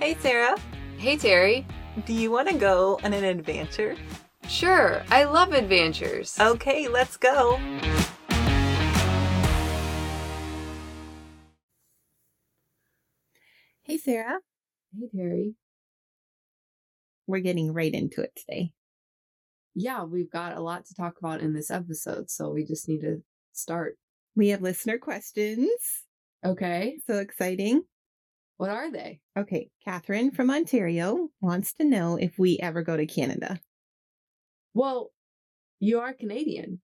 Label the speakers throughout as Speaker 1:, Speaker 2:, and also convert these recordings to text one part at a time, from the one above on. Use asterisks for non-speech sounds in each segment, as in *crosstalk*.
Speaker 1: Hey, Sarah.
Speaker 2: Hey, Terry.
Speaker 1: Do you want to go on an adventure?
Speaker 2: Sure, I love adventures.
Speaker 1: Okay, let's go.
Speaker 3: Hey, Sarah.
Speaker 2: Hey, Terry.
Speaker 3: We're getting right into it today.
Speaker 2: Yeah, we've got a lot to talk about in this episode, so we just need to start.
Speaker 3: We have listener questions.
Speaker 2: Okay.
Speaker 3: So exciting.
Speaker 2: What are they?
Speaker 3: Okay, Catherine from Ontario wants to know if we ever go to Canada.
Speaker 2: Well, you are Canadian.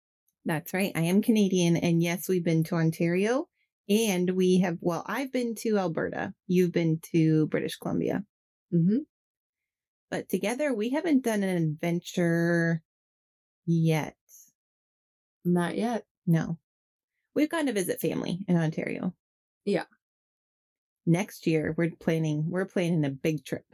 Speaker 3: That's right. I am Canadian. And yes, we've been to Ontario and we have, well, I've been to Alberta. You've been to British Columbia.
Speaker 2: Mm-hmm.
Speaker 3: But together we haven't done an adventure yet.
Speaker 2: Not yet.
Speaker 3: No. We've gone to visit family in Ontario.
Speaker 2: Yeah.
Speaker 3: Next year we're planning we're planning a big trip.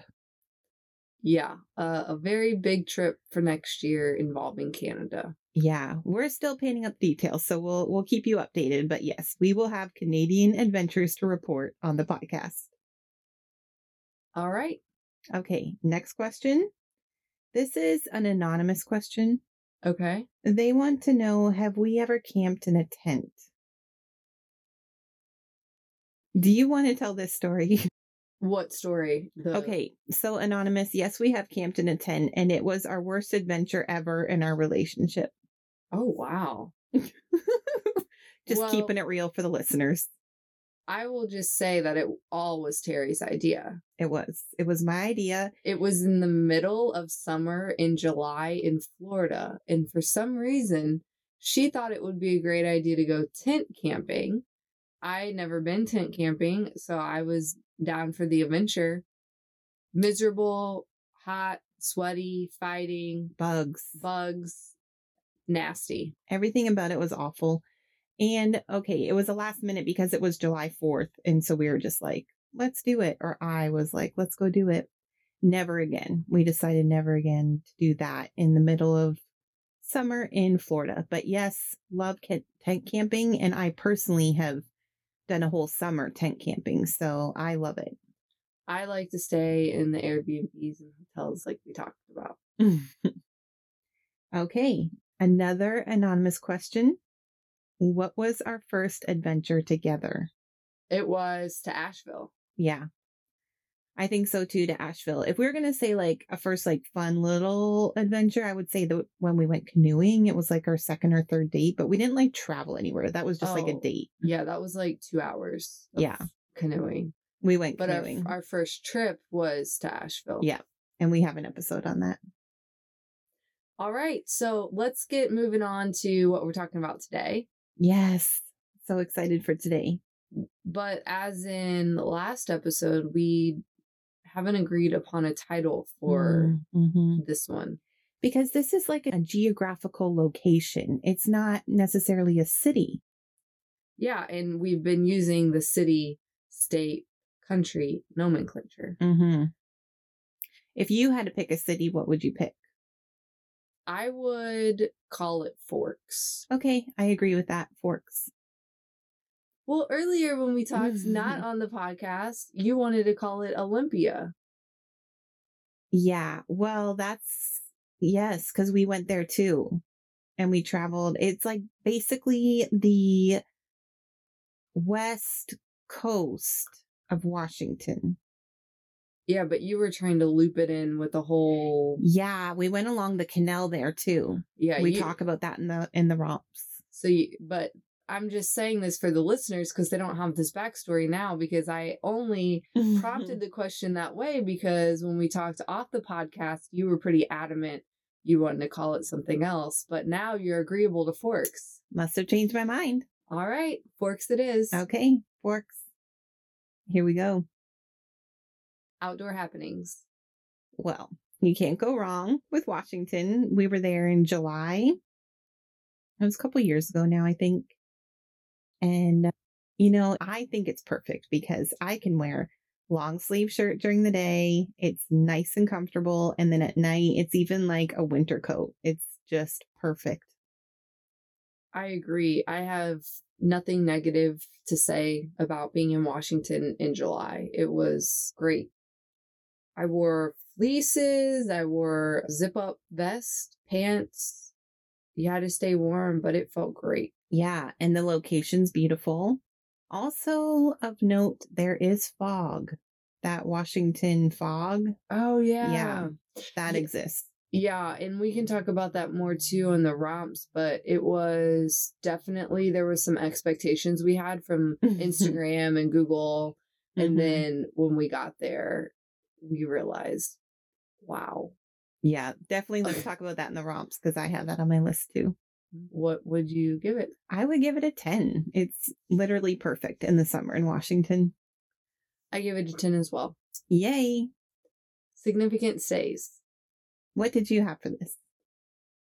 Speaker 2: Yeah, uh, a very big trip for next year involving Canada.
Speaker 3: Yeah, we're still painting up details, so we'll we'll keep you updated. But yes, we will have Canadian adventures to report on the podcast.
Speaker 2: All right.
Speaker 3: Okay, next question. This is an anonymous question.
Speaker 2: Okay.
Speaker 3: They want to know have we ever camped in a tent? Do you want to tell this story? *laughs*
Speaker 2: What story? The-
Speaker 3: Okay, so anonymous, yes, we have camped in a tent and it was our worst adventure ever in our relationship. *laughs*
Speaker 2: Oh, wow.
Speaker 3: Just
Speaker 2: Well-
Speaker 3: keeping it real for the listeners.
Speaker 2: I will just say that it all was Terry's idea.
Speaker 3: It was. It was my idea.
Speaker 2: It was in the middle of summer in July in Florida. And for some reason, she thought it would be a great idea to go tent camping. I had never been tent camping, so I was down for the adventure. Miserable, hot, sweaty, fighting,
Speaker 3: Bugs.
Speaker 2: bugs, nasty.
Speaker 3: Everything about it was awful. And okay, it was a last minute because it was July 4th. And so we were just like, let's do it. Or I was like, let's go do it. Never again. We decided never again to do that in the middle of summer in Florida. But yes, love ca- tent camping. And I personally have done a whole summer tent camping. So I love it.
Speaker 2: I like to stay in the Airbnbs and hotels like we talked about.
Speaker 3: okay. Another anonymous question. What was our first adventure together?
Speaker 2: It was to Asheville.
Speaker 3: Yeah. I think so too to Asheville. If we were going to say like a first like fun little adventure, I would say that when we went canoeing, it was like our second or third date, but we didn't like travel anywhere. That was just like a
Speaker 2: Oh.
Speaker 3: date.
Speaker 2: Yeah, that was like two hours. of
Speaker 3: Yeah.
Speaker 2: Canoeing.
Speaker 3: We went
Speaker 2: But our,
Speaker 3: canoeing.
Speaker 2: our first trip was to Asheville.
Speaker 3: Yeah. and we have an episode on that.
Speaker 2: All right. So let's get moving on to what we're talking about today.
Speaker 3: Yes. So excited for today.
Speaker 2: But as in the last episode, we haven't agreed upon a title for
Speaker 3: Mhm.
Speaker 2: this one.
Speaker 3: because this is like a geographical location. It's not necessarily a city.
Speaker 2: Yeah. And we've been using the city, state, country nomenclature.
Speaker 3: Mm-hmm. If you had to pick a city, what would you pick?
Speaker 2: I would call it Forks.
Speaker 3: Okay, I agree with that. Forks.
Speaker 2: Well, earlier when we talked, not on the podcast, you wanted to call it Olympia.
Speaker 3: Yeah. Well, that's yes, because we went there too and we traveled. It's like basically the west coast of Washington.
Speaker 2: Yeah, but you were trying to loop it in with the whole.
Speaker 3: Yeah, we went along the canal there too.
Speaker 2: Yeah,
Speaker 3: we
Speaker 2: you,
Speaker 3: talk about that in the in the
Speaker 2: *laughs*
Speaker 3: romps.
Speaker 2: So, you, but I'm just saying this for the listeners because they don't have this backstory now. Because I only prompted the question that way because when we talked off the podcast, you were pretty adamant you wanted to call it something else, but now you're agreeable to Forks.
Speaker 3: Must have changed my mind.
Speaker 2: All right, Forks it is.
Speaker 3: Okay, forks. Here we go.
Speaker 2: Outdoor happenings.
Speaker 3: Well, you can't go wrong with Washington. We were there in July. It was a couple years ago now, I think. And, uh, you know, I think it's perfect because I can wear long sleeve shirt during the day. It's nice and comfortable. And then at night, it's even like a winter coat. It's just perfect.
Speaker 2: I agree. I have nothing negative to say about being in Washington in July. It was great. I wore fleeces, I wore zip up vest, pants. You had to stay warm, but it felt great.
Speaker 3: Yeah, and the location's beautiful. Also of note, there is fog. That Washington fog
Speaker 2: Oh,
Speaker 3: Yeah. that
Speaker 2: Ye-
Speaker 3: exists.
Speaker 2: Yeah, and we can talk about that more too on the romps, but it was definitely there was some expectations we had from Instagram and Google, and
Speaker 3: Mhm.
Speaker 2: then when we got there, we realized, wow,
Speaker 3: yeah, definitely *laughs* let's talk about that in the romps because I have that on my list too.
Speaker 2: what would you give it?
Speaker 3: I would give it a 10. It's literally perfect in the summer in Washington.
Speaker 2: I give it a 10 as well.
Speaker 3: Yay.
Speaker 2: Significant stays.
Speaker 3: What did you have for this?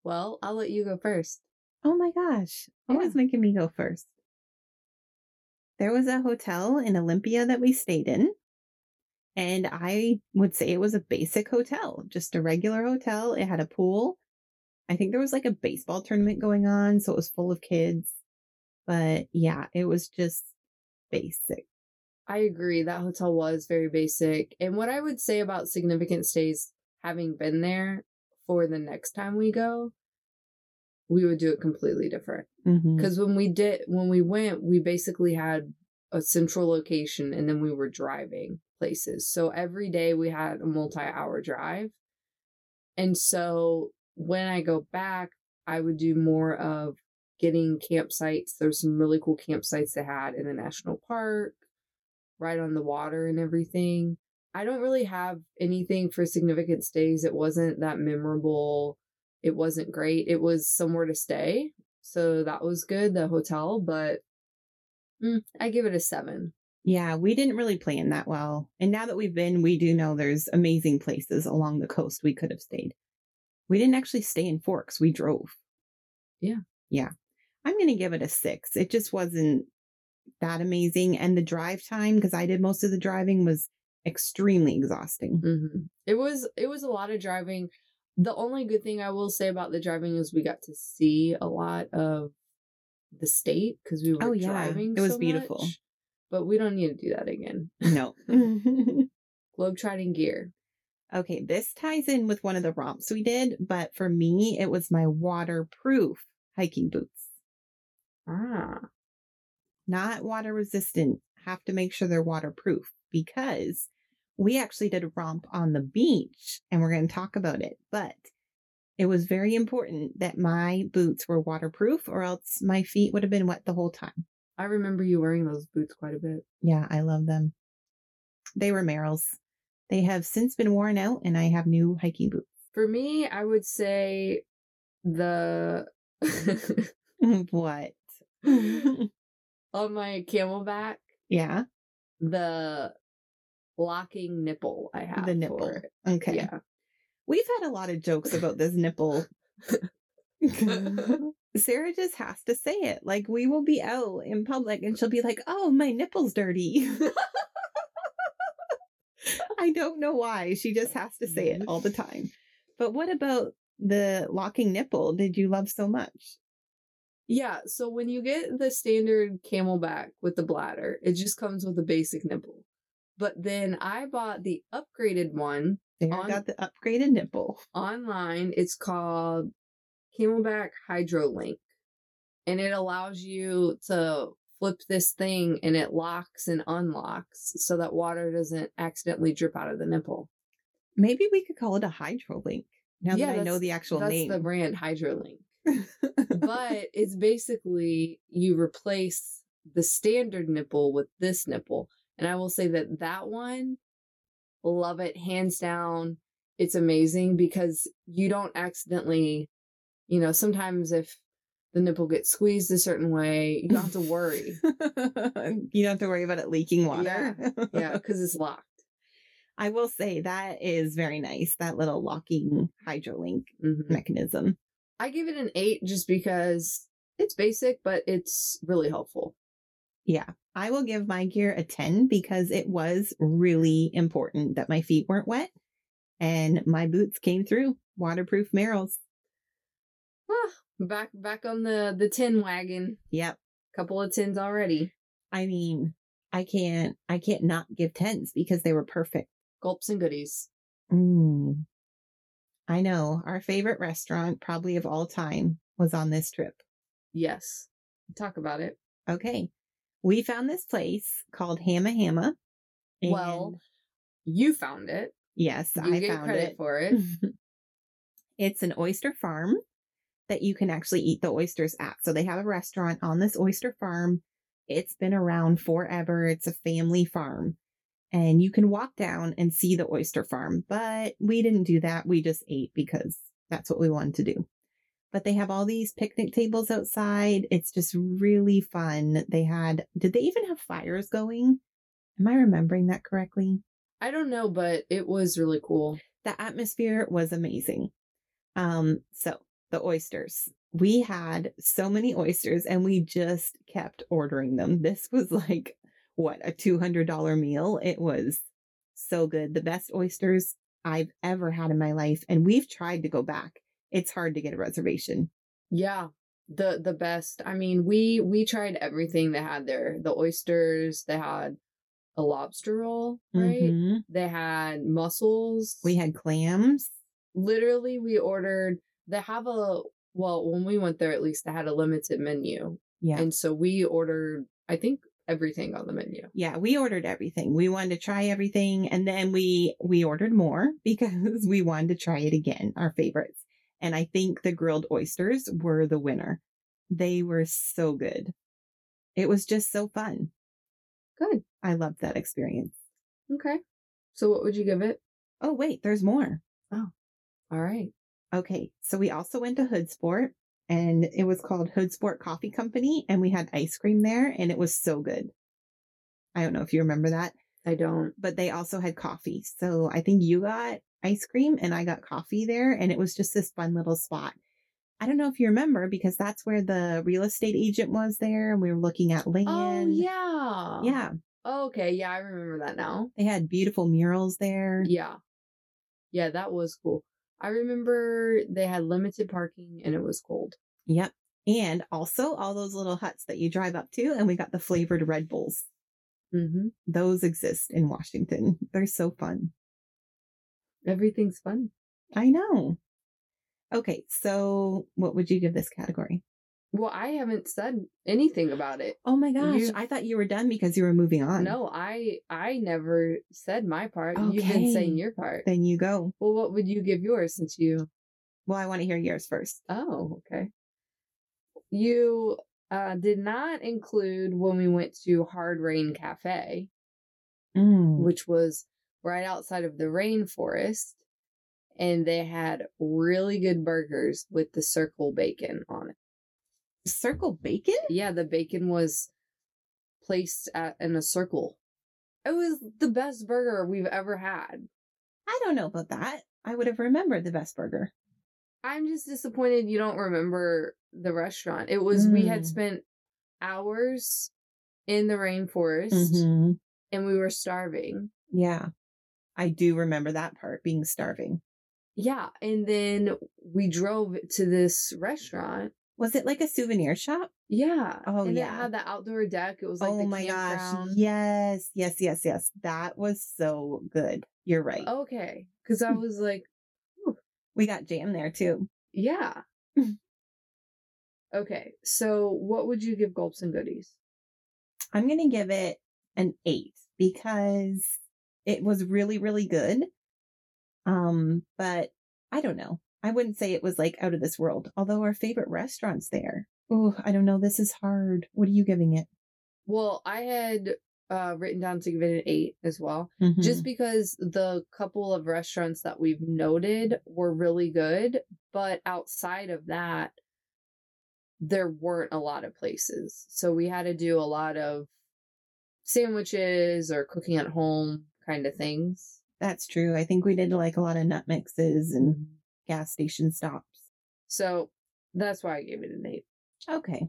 Speaker 2: Well, I'll let you go first.
Speaker 3: Oh my gosh. Always making me go first. There was a hotel in Olympia that we stayed in. And I would say it was a basic hotel, just a regular hotel. It had a pool. I think there was like a baseball tournament going on. So it was full of kids. But yeah, it was just basic.
Speaker 2: I agree. That hotel was very basic. And what I would say about significant stays, having been there for the next time we go, we would do it completely different.
Speaker 3: Mm-hmm.
Speaker 2: Because when we did, when we went, we basically had a central location and then we were driving places. So every day we had a multi hour drive. And so when I go back, I would do more of getting campsites. There's some really cool campsites they had in the national park, right on the water and everything. I don't really have anything for significant stays. It wasn't that memorable. It wasn't great. It was somewhere to stay. So that was good, the hotel, but mm, I give it a seven.
Speaker 3: Yeah, we didn't really plan that well. And now that we've been, we do know there's amazing places along the coast we could have stayed. We didn't actually stay in Forks, we drove.
Speaker 2: Yeah.
Speaker 3: Yeah. I'm going to give it a six. It just wasn't that amazing. And the drive time, because I did most of the driving, was extremely
Speaker 2: *laughs*
Speaker 3: exhausting.
Speaker 2: Mm-hmm. It was it was a lot of driving. The only good thing I will say about the driving is we got to see a lot of the state because we were
Speaker 3: Oh, yeah.
Speaker 2: driving.
Speaker 3: It was
Speaker 2: so
Speaker 3: beautiful.
Speaker 2: much. but we don't need to do that again.
Speaker 3: No.
Speaker 2: Globetrotting gear.
Speaker 3: okay, this ties in with one of the romps we did, but for me, it was my waterproof hiking boots.
Speaker 2: Ah,
Speaker 3: not water resistant have to make sure they're waterproof because we actually did a romp on the beach and we're going to talk about it but it was very important that my boots were waterproof or else my feet would have been wet the whole time
Speaker 2: I remember you wearing those boots quite a bit.
Speaker 3: yeah i love them they were merrill's they have since been worn out and i have new hiking
Speaker 2: For me, I would say the *laughs*
Speaker 3: boots *laughs* what
Speaker 2: on my Camelback
Speaker 3: yeah
Speaker 2: the locking nipple I have.
Speaker 3: the
Speaker 2: for
Speaker 3: nipple
Speaker 2: it.
Speaker 3: okay
Speaker 2: Yeah.
Speaker 3: we've had a lot of jokes about this nipple *laughs* Sarah just has to say it. Like we will be out in public and she'll be like, "Oh, my nipple's dirty." *laughs* I don't know why. She just has to say it all the time. But what about the locking nipple did you love so much?
Speaker 2: *laughs* Yeah, so when you get the standard camelback with the bladder, it just comes with a basic nipple. But then I bought the upgraded one
Speaker 3: Sarah
Speaker 2: On-
Speaker 3: got the upgraded nipple.
Speaker 2: online. It's called Camelback Hydrolink. And it allows you to flip this thing and it locks and unlocks so that water doesn't accidentally drip out of the nipple.
Speaker 3: Maybe we could call it a hydrolink. Now that
Speaker 2: Yeah,
Speaker 3: I know
Speaker 2: that's-
Speaker 3: the actual
Speaker 2: That's
Speaker 3: name. *laughs*
Speaker 2: the brand Hydrolink. but it's basically you replace the standard nipple with this nipple. And I will say that that one, love it, hands down. It's amazing because you don't accidentally, you know, sometimes if the nipple gets squeezed a certain way, you don't have to worry.
Speaker 3: you don't have to worry about it leaking water.
Speaker 2: yeah, because it's locked.
Speaker 3: *laughs* I will say that is very nice, that little locking
Speaker 2: Mm-hmm.
Speaker 3: hydrolink
Speaker 2: Mhm.
Speaker 3: mechanism.
Speaker 2: I give it an eight just because it's basic, but it's really helpful.
Speaker 3: I will give my gear a 10 because it was really important that my feet weren't wet and my boots came through waterproof Merrill's.
Speaker 2: Back back on the the tin wagon.
Speaker 3: Yep.
Speaker 2: Couple of tins already.
Speaker 3: I mean, I can't, I can't not give 10s because they were perfect.
Speaker 2: gulps and goodies.
Speaker 3: Mm. I know our favorite restaurant, probably of all time, was on this trip.
Speaker 2: Yes. Talk about it.
Speaker 3: Okay. We found this place called Hamma Hamma.
Speaker 2: Well,
Speaker 3: and-
Speaker 2: You found it.
Speaker 3: yes,
Speaker 2: You
Speaker 3: I
Speaker 2: get
Speaker 3: found
Speaker 2: credit
Speaker 3: it. *laughs*
Speaker 2: for it.
Speaker 3: it's an oyster farm that you can actually eat the oysters at. So they have a restaurant on this oyster farm. It's been around forever. It's a family farm. And you can walk down and see the oyster farm. But we didn't do that. We just ate because that's what we wanted to do. But they have all these picnic tables outside. It's just really fun. They had, did they even have fires going? Am I remembering that correctly?
Speaker 2: I don't know, but it was really cool.
Speaker 3: the atmosphere was amazing. Um, so the oysters. We had so many oysters and we just kept ordering them. This was like what a $200 meal. It was so good. The best oysters I've ever had in my life. And we've tried to go back. It's hard to get a reservation.
Speaker 2: Yeah. The the best. I mean, we we tried everything they had there. The oysters, they had a lobster roll, right?
Speaker 3: Mhm.
Speaker 2: They had mussels.
Speaker 3: We had clams.
Speaker 2: literally we ordered they have a well when we went there at least they had a limited menu
Speaker 3: Yeah.
Speaker 2: and so we ordered i think everything on the menu
Speaker 3: yeah we ordered everything we wanted to try everything and then we we ordered more *laughs* because we wanted to try it again our favorites and i think the grilled oysters were the winner they were so good it was just so fun
Speaker 2: Good.
Speaker 3: i loved that experience
Speaker 2: okay so what would you give it
Speaker 3: oh wait there's more
Speaker 2: all right
Speaker 3: okay so we also went to hoodsport and it was called hoodsport coffee company and we had ice cream there and it was so good i don't know if you remember that
Speaker 2: i don't
Speaker 3: but they also had coffee. So I think you got ice cream and I got coffee there. And it was just this fun little spot. I don't know if you remember because that's where the real estate agent was there and we were looking at land.
Speaker 2: oh yeah
Speaker 3: Yeah.
Speaker 2: okay yeah i remember that now
Speaker 3: They had beautiful murals there.
Speaker 2: yeah yeah that was cool i remember they had limited parking and it was cold
Speaker 3: Yep. And also all those little huts that you drive up to. And we got the flavored Red Bulls.
Speaker 2: mm-hmm.
Speaker 3: Those exist in Washington. They're so fun.
Speaker 2: everything's fun
Speaker 3: I know. Okay. So what would you give this category?
Speaker 2: well i haven't said anything about it
Speaker 3: Oh my gosh.
Speaker 2: You-
Speaker 3: I thought you were done because you were moving on.
Speaker 2: No, I I never said my part. You've been saying
Speaker 3: Okay.
Speaker 2: your part.
Speaker 3: Then you go.
Speaker 2: Well, what would you give yours since you
Speaker 3: Well, I want to hear yours first.
Speaker 2: Oh, okay. You uh did not include when we went to Hard Rain Cafe,
Speaker 3: Mm.
Speaker 2: which was right outside of the rainforest, and they had really good burgers with the circle bacon on it.
Speaker 3: Circle bacon?
Speaker 2: Yeah, the bacon was placed at, in a circle. It was the best burger we've ever had.
Speaker 3: I don't know about that. I would have remembered the best burger.
Speaker 2: I'm just disappointed you don't remember the restaurant. It was we had
Speaker 3: Mm.
Speaker 2: spent hours in the rainforest
Speaker 3: Mm-hmm.
Speaker 2: Mm-hmm. and we were starving.
Speaker 3: Yeah. I do remember that part being starving.
Speaker 2: Yeah, and then we drove to this restaurant.
Speaker 3: Was it like a souvenir shop?
Speaker 2: Yeah.
Speaker 3: Oh,
Speaker 2: and
Speaker 3: yeah.
Speaker 2: It had the outdoor deck. It was like
Speaker 3: oh
Speaker 2: the
Speaker 3: my
Speaker 2: campground.
Speaker 3: gosh. Yes. Yes. Yes. Yes. That was so good. You're right.
Speaker 2: Oh. Okay, because I was like,
Speaker 3: We got jam there too. *laughs*
Speaker 2: yeah. okay, so what would you give Gulps and Goodies?
Speaker 3: I'm going to give it an eight because it was really, really good. Um, but I don't know. I wouldn't say it was like out of this world, although our favorite restaurant's there. Oh, I don't know. This is hard. What are you giving it?
Speaker 2: Well, I had uh, written down to give it an eight as well.
Speaker 3: Mm-hmm.
Speaker 2: just because the couple of restaurants that we've noted were really good but outside of that there weren't a lot of places so we had to do a lot of sandwiches or cooking at home kind of things
Speaker 3: that's true. I think we did like a lot of nut mixes and gas station stops.
Speaker 2: so that's why i gave it an eight
Speaker 3: Okay.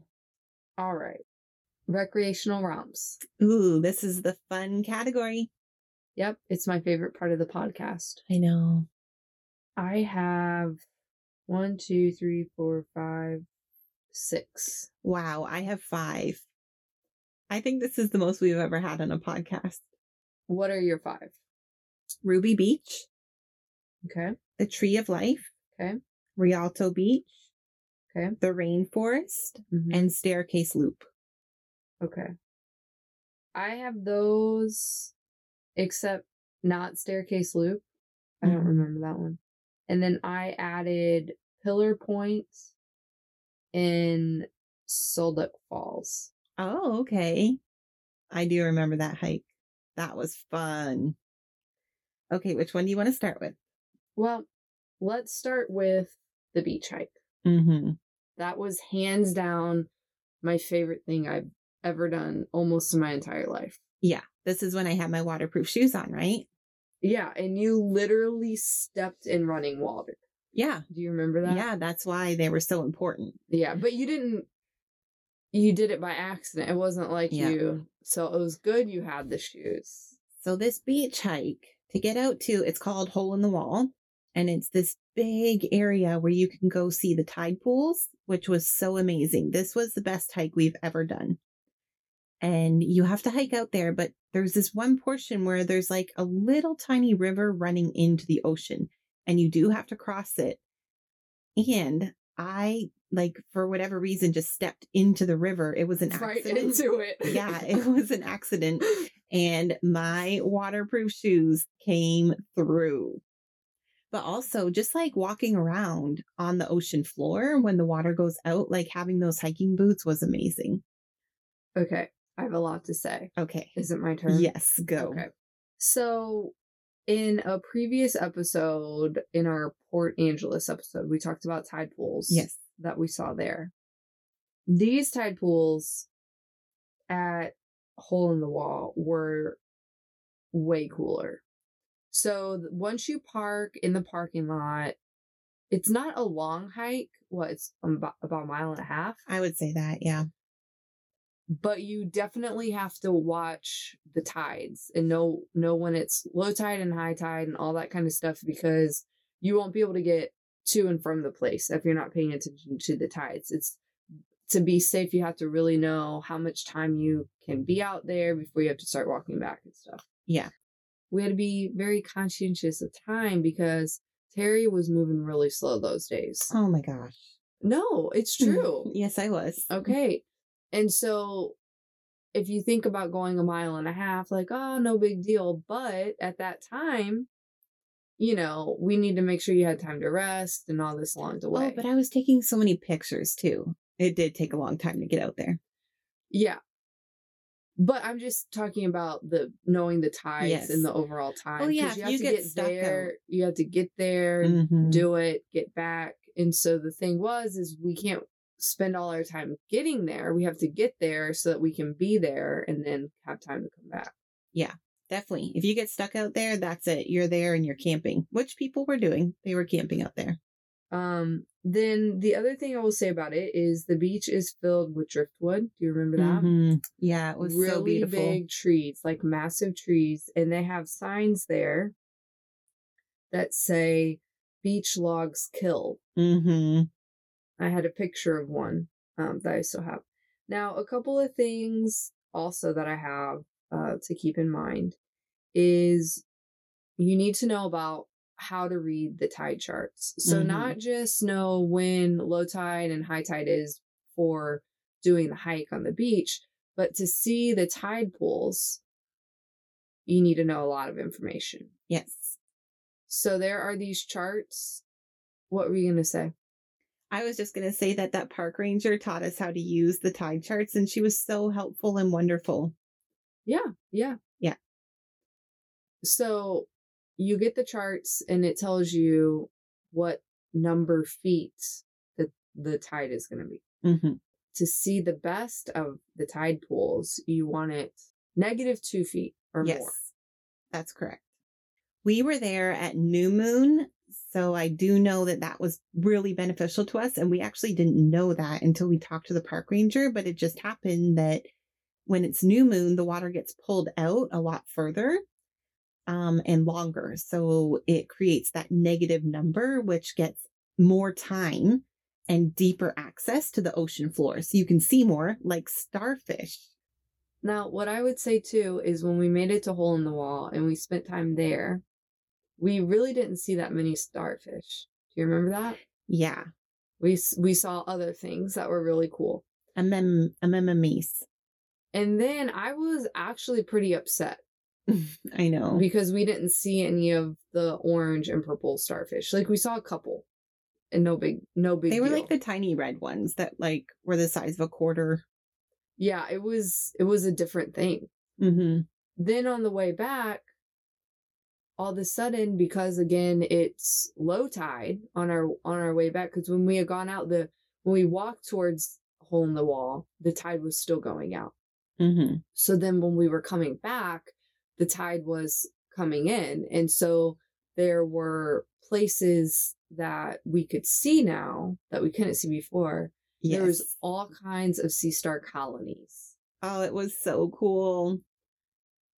Speaker 2: all right recreational romps
Speaker 3: Ooh, this is the fun category.
Speaker 2: yep it's my favorite part of the podcast
Speaker 3: I know.
Speaker 2: i have one two three four five six
Speaker 3: Wow. I have five. I think this is the most we've ever had on a podcast.
Speaker 2: What are your five?
Speaker 3: Ruby Beach,
Speaker 2: Okay.
Speaker 3: the Tree of Life,
Speaker 2: Okay.
Speaker 3: Rialto Beach,
Speaker 2: Okay.
Speaker 3: the Rainforest,
Speaker 2: Mhm.
Speaker 3: and Staircase Loop.
Speaker 2: Okay. I have those, except not Staircase Loop. I don't
Speaker 3: Mhm.
Speaker 2: remember that one. And then I added Pillar Point in Solduck Falls.
Speaker 3: Oh, okay. I do remember that hike. That was fun. Okay, which one do you want to start with?
Speaker 2: Well, let's start with the beach hike.
Speaker 3: Mm-hmm.
Speaker 2: That was hands down my favorite thing I've ever done almost in my entire life.
Speaker 3: Yeah, this is when I had my waterproof shoes on, right?
Speaker 2: Yeah, and you literally stepped in running water.
Speaker 3: Yeah.
Speaker 2: Do you remember that?
Speaker 3: Yeah, that's why they were so important.
Speaker 2: Yeah, but you didn't. You did it by accident. It wasn't like
Speaker 3: Yeah.
Speaker 2: you. So it was good you had the shoes.
Speaker 3: So this beach hike to get out to, it's called Hole in the Wall. And it's this big area where you can go see the tide pools, which was so amazing. This was the best hike we've ever done. And you have to hike out there, but there's this one portion where there's like a little tiny river running into the ocean, and you do have to cross it. And I, like, for whatever reason, just stepped into the river. It was an
Speaker 2: right
Speaker 3: accident.
Speaker 2: into it. *laughs*
Speaker 3: yeah, it was an accident and my waterproof shoes came through. But also, just like walking around on the ocean floor when the water goes out, like having those hiking boots was amazing.
Speaker 2: okay, I have a lot to say.
Speaker 3: Okay.
Speaker 2: Is it my turn?
Speaker 3: Yes, go.
Speaker 2: Okay. So, in a previous episode, in our Port Angeles episode, we talked about tide pools.
Speaker 3: Yes.
Speaker 2: that we saw there. These tide pools at Hole in the Wall were way cooler. So th- once you park in the parking lot, it's not a long hike. Well, it's about, about a mile and a half,
Speaker 3: I would say that, yeah.
Speaker 2: but you definitely have to watch the tides and know know when it's low tide and high tide and all that kind of stuff because you won't be able to get to and from the place if you're not paying attention to the tides. It's to be safe, you have to really know how much time you can be out there before you have to start walking back and stuff.
Speaker 3: Yeah.
Speaker 2: We had to be very conscientious of time because Terry was moving really slow those days.
Speaker 3: Oh my gosh.
Speaker 2: No, it's true.
Speaker 3: Yes, I was.
Speaker 2: Okay. And so if you think about going a mile and a half, like, oh, no big deal. But at that time, you know, we need to make sure you had time to rest and all this along the way.
Speaker 3: Oh, but I was taking so many pictures too. It did take a long time to get out there.
Speaker 2: yeah. But I'm just talking about the knowing the tides
Speaker 3: Yes. Oh,
Speaker 2: and the overall time. 'cause
Speaker 3: yeah, if
Speaker 2: you have
Speaker 3: you
Speaker 2: to
Speaker 3: get
Speaker 2: get,
Speaker 3: stuck
Speaker 2: there. You have to get there,
Speaker 3: Mhm.
Speaker 2: do it, get back. And so the thing was, is we can't spend all our time getting there. We have to get there so that we can be there and then have time to come back.
Speaker 3: Definitely. If you get stuck out there, that's it. You're there and you're camping, which people were doing. They were camping out there.
Speaker 2: Um, then the other thing I will say about it is the beach is filled with driftwood. Do you remember that?
Speaker 3: Mhm. Yeah, it was
Speaker 2: really
Speaker 3: so beautiful.
Speaker 2: big trees, like massive trees, and they have signs there that say "beach logs kill."
Speaker 3: Mm-hmm.
Speaker 2: I had a picture of one um, that I still have. Now, a couple of things also that I have uh, to keep in mind is you need to know about how to read the tide charts. So,
Speaker 3: Mhm.
Speaker 2: not just know when low tide and high tide is for doing the hike on the beach, but to see the tide pools, you need to know a lot of information.
Speaker 3: Yes.
Speaker 2: So, there are these charts. What were you going to say?
Speaker 3: I was just going to say that that park ranger taught us how to use the tide charts and she was so helpful and wonderful.
Speaker 2: Yeah, yeah,
Speaker 3: Yeah.
Speaker 2: So you get the charts and it tells you what number feet that the tide is going to be.
Speaker 3: Mm-hmm.
Speaker 2: To see the best of the tide pools, you want it negative two feet or
Speaker 3: Yes.
Speaker 2: more.
Speaker 3: That's correct. We were there at new moon. So I do know that that was really beneficial to us. And we actually didn't know that until we talked to the park ranger, but it just happened that when it's new moon, the water gets pulled out a lot further um, and longer. So it creates that negative number, which gets more time and deeper access to the ocean floor. So you can see more like starfish.
Speaker 2: Now, what I would say too is when we made it to Hole in the Wall and we spent time there, we really didn't see that many starfish. Do you remember that?
Speaker 3: Yeah.
Speaker 2: We s- we saw other things that were really cool.
Speaker 3: A mem a memise.
Speaker 2: And then I was actually pretty upset
Speaker 3: I know.
Speaker 2: because we didn't see any of the orange and purple starfish. Like we saw a couple, and no big no big.
Speaker 3: They were
Speaker 2: deal.
Speaker 3: like the tiny red ones that like were the size of a quarter.
Speaker 2: yeah. It was it was a different thing.
Speaker 3: Mm-hmm.
Speaker 2: then on the way back, all of a sudden, because again it's low tide on our on our way back, because when we had gone out the when we walked towards hole in the wall, the tide was still going out.
Speaker 3: Mm-hmm.
Speaker 2: So then when we were coming back, the tide was coming in. And so there were places that we could see now that we couldn't see before.
Speaker 3: Yes.
Speaker 2: There was all kinds of sea star colonies.
Speaker 3: oh, it was so cool.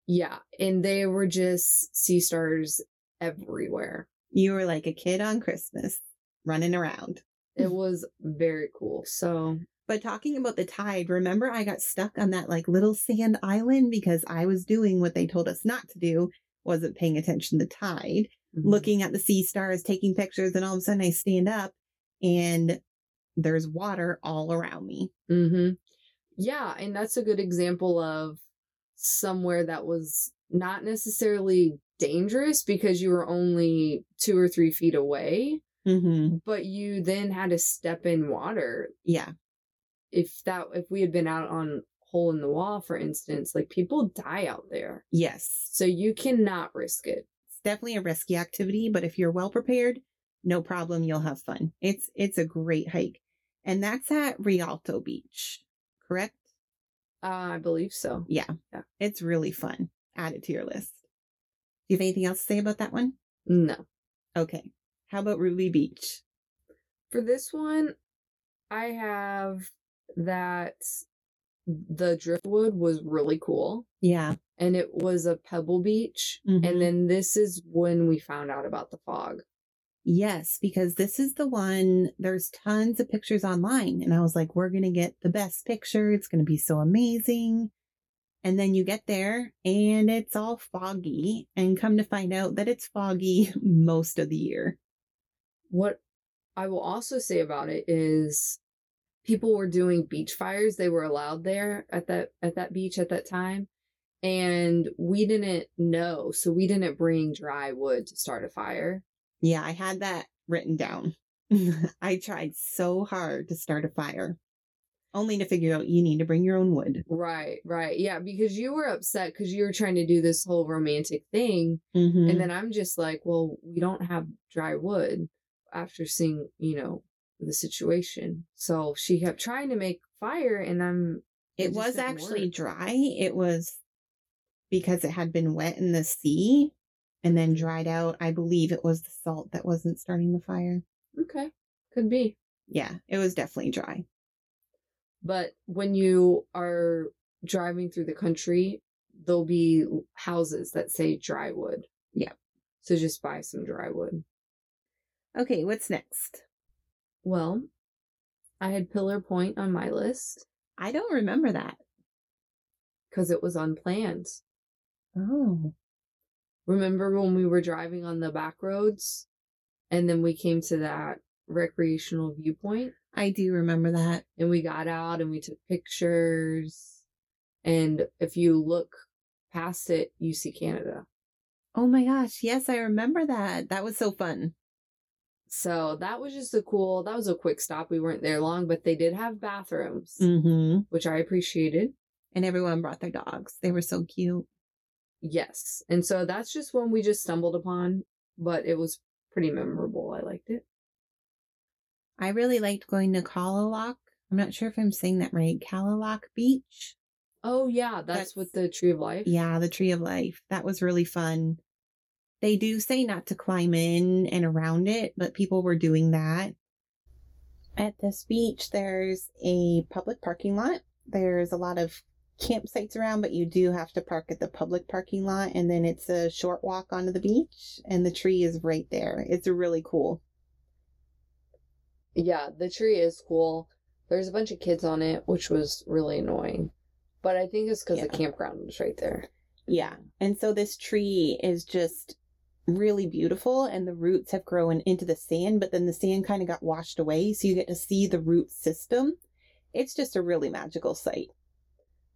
Speaker 2: Yeah, and they were just sea stars everywhere.
Speaker 3: You were like a kid on Christmas running around.
Speaker 2: It was very cool. So, mm-hmm.
Speaker 3: But talking about the tide, remember I got stuck on that like little sand island because I was doing what they told us not to do, wasn't paying attention to the tide,
Speaker 2: Mm-hmm.
Speaker 3: looking at the sea stars, taking pictures, and all of a sudden I stand up and there's water all around me.
Speaker 2: hmm yeah, and that's a good example of somewhere that was not necessarily dangerous because you were only two or three feet away,
Speaker 3: Mm-hmm.
Speaker 2: but you then had to step in water.
Speaker 3: Yeah.
Speaker 2: If that, if we had been out on hole in the wall, for instance, like people die out there,
Speaker 3: Yes.
Speaker 2: so you cannot risk it.
Speaker 3: It's definitely a risky activity, but if you're well prepared, no problem, you'll have fun. It's it's a great hike. And that's at Rialto Beach, correct?
Speaker 2: Uh, I believe so.
Speaker 3: It's really fun. Add it to your list. Do you have anything else to say about that one?
Speaker 2: No.
Speaker 3: Okay. How about Ruby Beach?
Speaker 2: For this one, I have that the driftwood was really cool
Speaker 3: Yeah.
Speaker 2: and it was a pebble beach.
Speaker 3: Mhm.
Speaker 2: And then this is when we found out about the fog.
Speaker 3: Yes, because this is the one, there's tons of pictures online. And I was like, we're going to get the best picture. It's going to be so amazing. And then you get there and it's all foggy, and come to find out that it's foggy *laughs* most of the year.
Speaker 2: What I will also say about it is people were doing beach fires. They were allowed there at that at that beach at that time. And we didn't know, so we didn't bring dry wood to start a fire.
Speaker 3: Yeah, I had that written down. *laughs* I tried so hard to start a fire, only to figure out you need to bring your own wood.
Speaker 2: Right, right. Yeah, because you were upset because you were trying to do this whole romantic thing.
Speaker 3: Mm-hmm.
Speaker 2: And then I'm just like, well, we don't have dry wood after seeing, you know, the situation. So she kept trying to make fire and I'm it
Speaker 3: It
Speaker 2: just
Speaker 3: was
Speaker 2: didn't
Speaker 3: actually
Speaker 2: work.
Speaker 3: dry. It was because it had been wet in the sea and then
Speaker 2: Mm-hmm.
Speaker 3: dried out. I believe it was the salt that wasn't starting the fire.
Speaker 2: okay, could be.
Speaker 3: Yeah, it was definitely dry.
Speaker 2: But when you are driving through the country, there'll be houses that say dry wood.
Speaker 3: Yeah.
Speaker 2: So just buy some dry wood.
Speaker 3: Okay, what's next?
Speaker 2: Well, I had Pillar Point on my list
Speaker 3: I don't remember that.
Speaker 2: because it was unplanned.
Speaker 3: Oh.
Speaker 2: Remember when we were driving on the back roads and then we came to that recreational viewpoint
Speaker 3: I do remember that.
Speaker 2: and we got out and we took pictures. And if you look past it, you see Canada.
Speaker 3: Oh my gosh. Yes, I remember that. That was so fun.
Speaker 2: So that was just a cool, that was a quick stop. We weren't there long, but they did have bathrooms,
Speaker 3: Mm-hmm.
Speaker 2: which I appreciated.
Speaker 3: And everyone brought their dogs. They were so cute.
Speaker 2: Yes. And so that's just one we just stumbled upon, but it was pretty memorable. I liked it.
Speaker 3: I really liked going to Kalalock. I'm not sure if I'm saying that right. Kalalock Beach.
Speaker 2: Oh, yeah. That's,
Speaker 3: That's-
Speaker 2: with the Tree of Life.
Speaker 3: Yeah, the Tree of Life. That was really fun. They do say not to climb in and around it, but people were doing that. At this beach, there's a public parking lot. There's a lot of campsites around, but you do have to park at the public parking lot. And then it's a short walk onto the beach, and the tree is right there. It's really cool.
Speaker 2: Yeah, the tree is cool. There's a bunch of kids on it, which was really annoying. But I think it's because the
Speaker 3: Yeah.
Speaker 2: campground is right there.
Speaker 3: Yeah. And so this tree is just really beautiful and the roots have grown into the sand, but then the sand kind of got washed away. So you get to see the root system. It's just a really magical sight.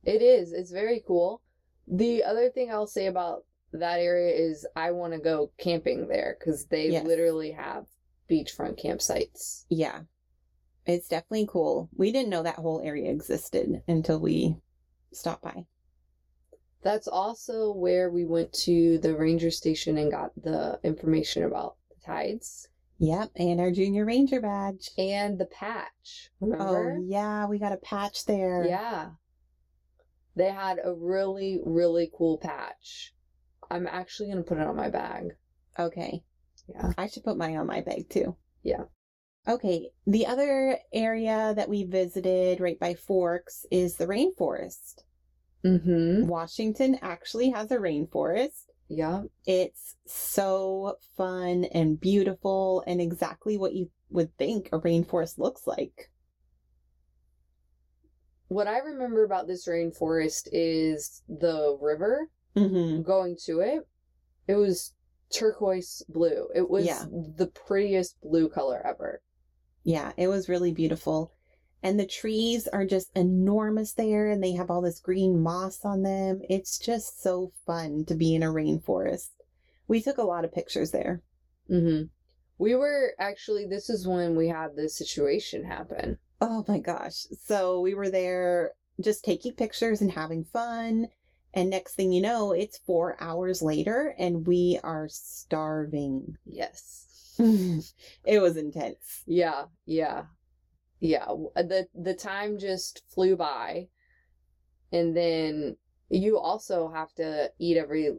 Speaker 2: It is. It's very cool. The other thing I'll say about that area is I want to go camping there because they
Speaker 3: Yes.
Speaker 2: literally have beachfront campsites.
Speaker 3: Yeah. It's definitely cool. We didn't know that whole area existed until we stopped by.
Speaker 2: That's also where we went to the ranger station and got the information about the tides
Speaker 3: Yep. And our junior ranger badge.
Speaker 2: and the patch.
Speaker 3: Oh,
Speaker 2: Remember?
Speaker 3: yeah. We got a patch there.
Speaker 2: Yeah. They had a really, really cool patch. I'm actually going to put it on my bag.
Speaker 3: Okay.
Speaker 2: Yeah.
Speaker 3: I should put mine on my bag too.
Speaker 2: Yeah.
Speaker 3: Okay. The other area that we visited right by Forks is the rainforest.
Speaker 2: Mm-hmm.
Speaker 3: Washington actually has a rainforest.
Speaker 2: Yeah.
Speaker 3: It's so fun and beautiful and exactly what you would think a rainforest looks like.
Speaker 2: What I remember about this rainforest is the river
Speaker 3: Mm-hmm.
Speaker 2: going to it. It was turquoise blue. It was
Speaker 3: Yeah.
Speaker 2: the prettiest blue color ever.
Speaker 3: Yeah, it was really beautiful. And the trees are just enormous there and they have all this green moss on them. It's just so fun to be in a rainforest. We took a lot of pictures there.
Speaker 2: Mm-hmm. We were actually, this is when we had this situation happen.
Speaker 3: Oh my gosh. So we were there just taking pictures and having fun. And next thing you know, it's four hours later and we are starving. *laughs*
Speaker 2: *laughs* Yes.
Speaker 3: it was intense.
Speaker 2: Yeah, yeah, yeah. W- uh, The the time just flew by, and then you also have to eat every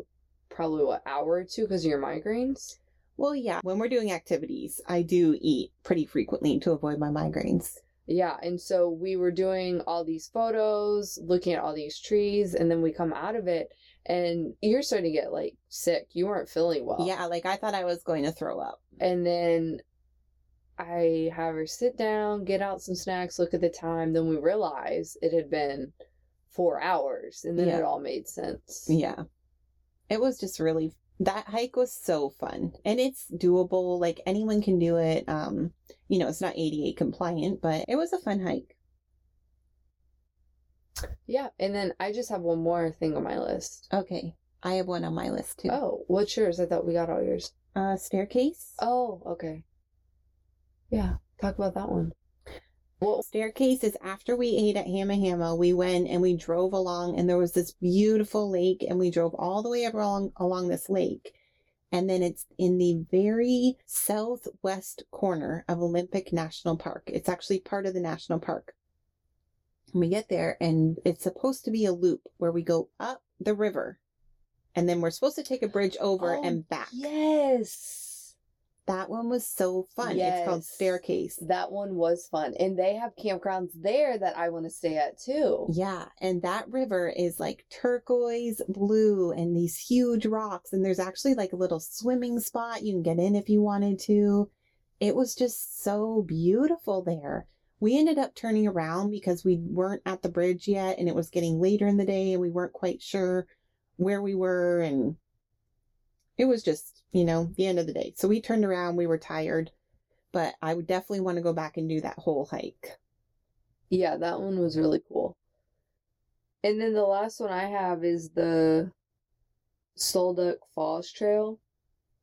Speaker 2: probably what hour or two because of your migraines.
Speaker 3: Well, yeah, when we're doing activities, I do eat pretty frequently to avoid my migraines.
Speaker 2: Yeah, and so we were doing all these photos, looking at all these trees, and then we come out of it, and you're starting to get like sick. You weren't feeling well.
Speaker 3: Yeah, like I thought I was going to throw up.
Speaker 2: and then I have her sit down, get out some snacks, look at the time. Then we realize it had been four hours, and then
Speaker 3: Yeah.
Speaker 2: it all made sense.
Speaker 3: Yeah. It was just really that hike was so fun. And it's doable. Like anyone can do it. Um, you know, it's not ADA compliant, but it was a fun hike.
Speaker 2: Yeah, and then I just have one more thing on my list.
Speaker 3: Okay. I have one on my list too.
Speaker 2: Oh, what's yours? I thought we got all yours.
Speaker 3: Uh staircase.
Speaker 2: Oh, okay. Yeah, talk about that one. Well,
Speaker 3: Staircase is after we ate at Hamma Hamma, we went and we drove along and there was this beautiful lake and we drove all the way along along this lake. And then it's in the very southwest corner of Olympic National Park. It's actually part of the national park. And we get there and it's supposed to be a loop where we go up the river. And then we're supposed to take a bridge over
Speaker 2: Oh,
Speaker 3: and back.
Speaker 2: yes,
Speaker 3: That one was so fun. It's called
Speaker 2: Yes.
Speaker 3: Staircase.
Speaker 2: that one was fun, and they have campgrounds there that I want to stay at too.
Speaker 3: Yeah, and that river is like turquoise blue and these huge rocks. And there's actually like a little swimming spot you can get in if you wanted to. It was just so beautiful there. We ended up turning around because we weren't at the bridge yet and it was getting later in the day and we weren't quite sure where we were. And it was just, you know, the end of the day. So we turned around, we were tired, but I would definitely want to go back and do that whole hike.
Speaker 2: Yeah, that one was really cool. And then the last one I have is the Solduck Falls Trail.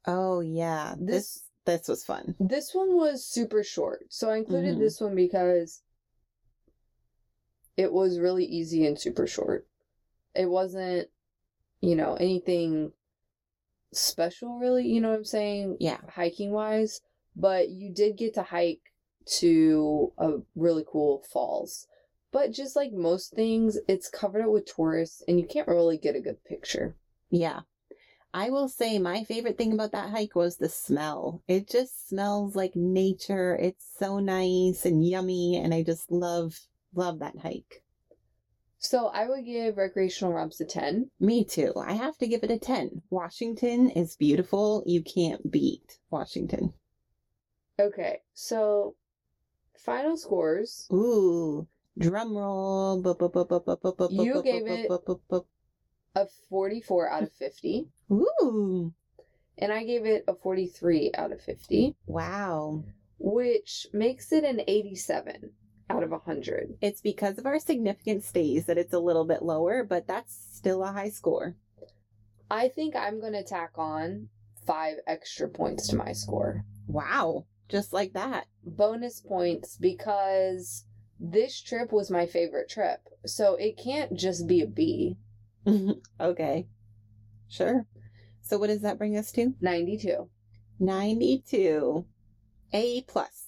Speaker 3: Oh yeah,
Speaker 2: This-
Speaker 3: this this was fun.
Speaker 2: This one was super short, so I included
Speaker 3: Mhm.
Speaker 2: this one because it was really easy and super short. It wasn't, you know, anything special really, you know what I'm saying?
Speaker 3: Yeah,
Speaker 2: hiking wise, but you did get to hike to a really cool falls. But just like most things, it's covered up with tourists and you can't really get a good picture.
Speaker 3: yeah. I will say my favorite thing about that hike was the smell. It just smells like nature. It's so nice and yummy, and I just love love that hike.
Speaker 2: So I would give recreational romps a 10.
Speaker 3: Me too. I have to give it a ten. Washington is beautiful. You can't beat Washington.
Speaker 2: Okay, so final scores.
Speaker 3: Ooh, drum roll.
Speaker 2: You gave it-
Speaker 3: it.
Speaker 2: A 44 out of 50.
Speaker 3: Ooh,
Speaker 2: and I gave it a 43 out of 50,
Speaker 3: Wow.
Speaker 2: which makes it an 87 out of 100.
Speaker 3: It's because of our significant stays that it's a little bit lower, but that's still a high score.
Speaker 2: I think I'm going to tack on five extra points to my score.
Speaker 3: Wow. Just like that. *laughs*
Speaker 2: Bonus points because this trip was my favorite trip. So it can't just be a B.
Speaker 3: okay. Sure. So what does that bring us to?
Speaker 2: 92.
Speaker 3: 92. A plus.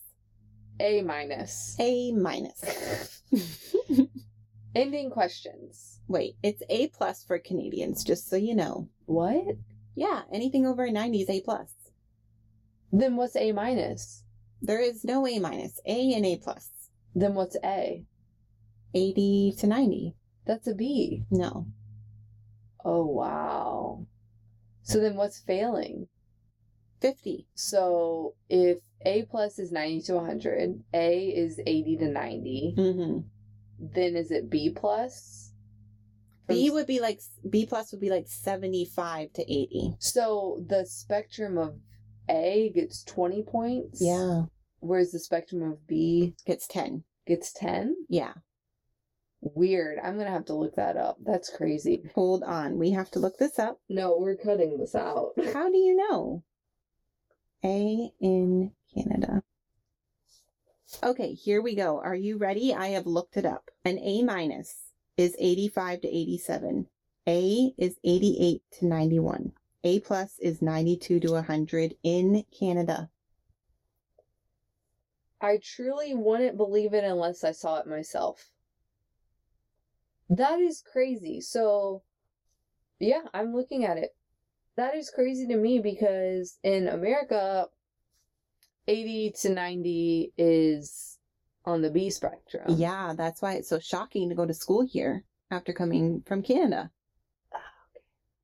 Speaker 2: A minus. *laughs*
Speaker 3: A minus.
Speaker 2: Ending questions.
Speaker 3: Wait, it's A plus for Canadians, just so you know.
Speaker 2: What?
Speaker 3: Yeah, anything over a 90 is A plus.
Speaker 2: Then what's A minus?
Speaker 3: There is no A minus. A and A plus.
Speaker 2: Then what's A?
Speaker 3: 80 to 90.
Speaker 2: That's a B.
Speaker 3: No.
Speaker 2: Oh, wow. So then what's failing?
Speaker 3: 50.
Speaker 2: So if A plus is 90 to 100, A is 80 to 90,
Speaker 3: Mm-hmm.
Speaker 2: then is it B plus? From
Speaker 3: B
Speaker 2: s-
Speaker 3: would be like B plus would be like 75 to 80.
Speaker 2: so the spectrum of A gets 20 points. Whereas the spectrum of B
Speaker 3: Gets 10.
Speaker 2: gets 10.
Speaker 3: Yeah.
Speaker 2: Weird. I'm going to have to look that up. That's crazy.
Speaker 3: Hold on. We have to look this up.
Speaker 2: No, we're cutting this out.
Speaker 3: How do you know? A in Canada. Okay, here we go. Are you ready? I have looked it up. An A minus is 85 to 87. A is 88 to 91. A plus is 92 to 100 in Canada.
Speaker 2: I truly wouldn't believe it unless I saw it myself. That is crazy. So, yeah, I'm looking at it. That is crazy to me because in America, 80 to 90 is on the B spectrum.
Speaker 3: Yeah, that's why it's so shocking to go to school here after coming from Canada.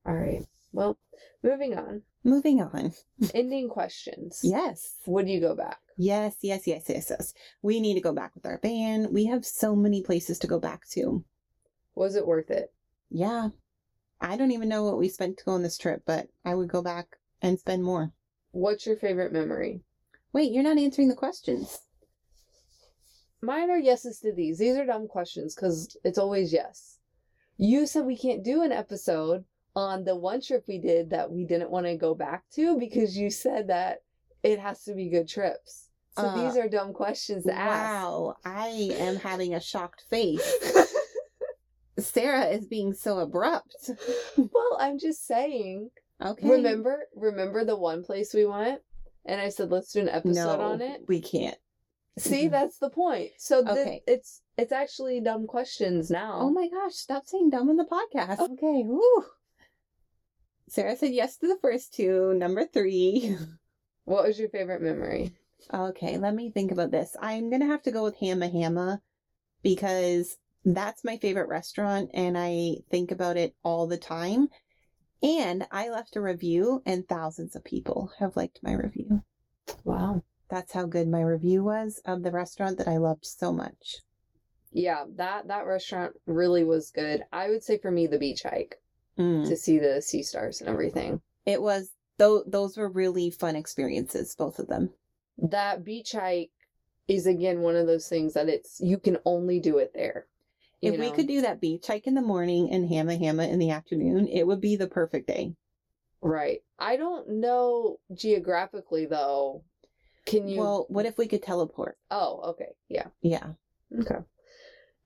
Speaker 2: All right. Well, moving on.
Speaker 3: Moving on.
Speaker 2: Ending questions.
Speaker 3: Yes.
Speaker 2: Would you go back?
Speaker 3: Yes, yes, yes, yes, yes. We need to go back with our band. We have so many places to go back to.
Speaker 2: Was it worth it?
Speaker 3: Yeah. I don't even know what we spent to go on this trip, but I would go back and spend more.
Speaker 2: What's your favorite memory?
Speaker 3: Wait, you're not answering the questions.
Speaker 2: Mine are yeses to these. These are dumb questions because it's always yes. You said we can't do an episode on the one trip we did that we didn't want to go back to because you said that it has to be good trips. So
Speaker 3: Uh,
Speaker 2: these are dumb questions to ask.
Speaker 3: Wow, *laughs* I am having a shocked face. Sarah is being so abrupt.
Speaker 2: *laughs* well, I'm just saying.
Speaker 3: Okay.
Speaker 2: Remember, remember the one place we went, and I said let's do an
Speaker 3: no,
Speaker 2: episode on it.
Speaker 3: we can't.
Speaker 2: See, that's the point. So thi-
Speaker 3: Okay.
Speaker 2: it's it's actually dumb questions now.
Speaker 3: Oh my gosh, stop saying dumb in the podcast. Okay, woo. Sarah said yes to the first two. Number three.
Speaker 2: What was your favorite memory?
Speaker 3: Okay, let me think about this. I'm gonna have to go with Hamma Hamma because that's my favorite restaurant and I think about it all the time. And I left a review and thousands of people have liked my review.
Speaker 2: Wow.
Speaker 3: That's how good my review was of the restaurant that I loved so much.
Speaker 2: Yeah, that that restaurant really was good. I would say for me the beach hike
Speaker 3: Mm.
Speaker 2: to see the sea stars and everything.
Speaker 3: It was though those were really fun experiences, both of them.
Speaker 2: That beach hike is again one of those things that it's you can only do it there. you
Speaker 3: If we
Speaker 2: know?
Speaker 3: could do that beach hike in the morning and Hamma Hamma in the afternoon, it would be the perfect day.
Speaker 2: right. I don't know geographically though. Can you
Speaker 3: Well, what if we could teleport?
Speaker 2: Oh, okay. Yeah.
Speaker 3: Yeah.
Speaker 2: Okay.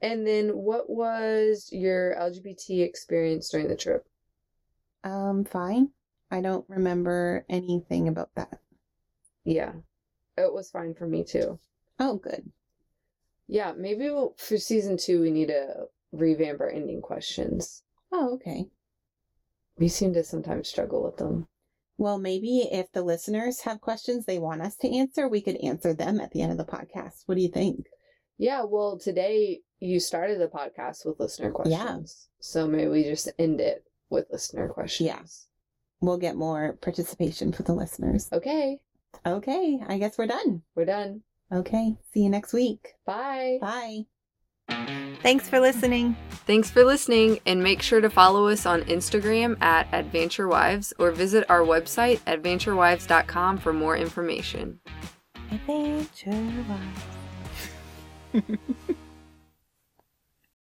Speaker 2: And then what was your LGBT experience during the trip?
Speaker 3: Um, fine. I don't remember anything about that.
Speaker 2: Yeah. It was fine for me too.
Speaker 3: Oh, good.
Speaker 2: Yeah, maybe we'll, for season two we need to revamp our ending questions.
Speaker 3: Oh, okay.
Speaker 2: We seem to sometimes struggle with them.
Speaker 3: Well, maybe if the listeners have questions they want us to answer, we could answer them at the end of the podcast. What do you think?
Speaker 2: Yeah, well, today you started the podcast with listener questions. So maybe we just end it with listener questions.
Speaker 3: We'll get more participation for the listeners.
Speaker 2: Okay,
Speaker 3: Okay, I guess we're done.
Speaker 2: we're done.
Speaker 3: Okay, see you next week.
Speaker 2: Bye.
Speaker 3: Bye. Thanks for listening.
Speaker 2: Thanks for listening, and make sure to follow us on Instagram at Adventure Wives or visit our website, adventurewives.com, for more information.
Speaker 3: Adventure Wives.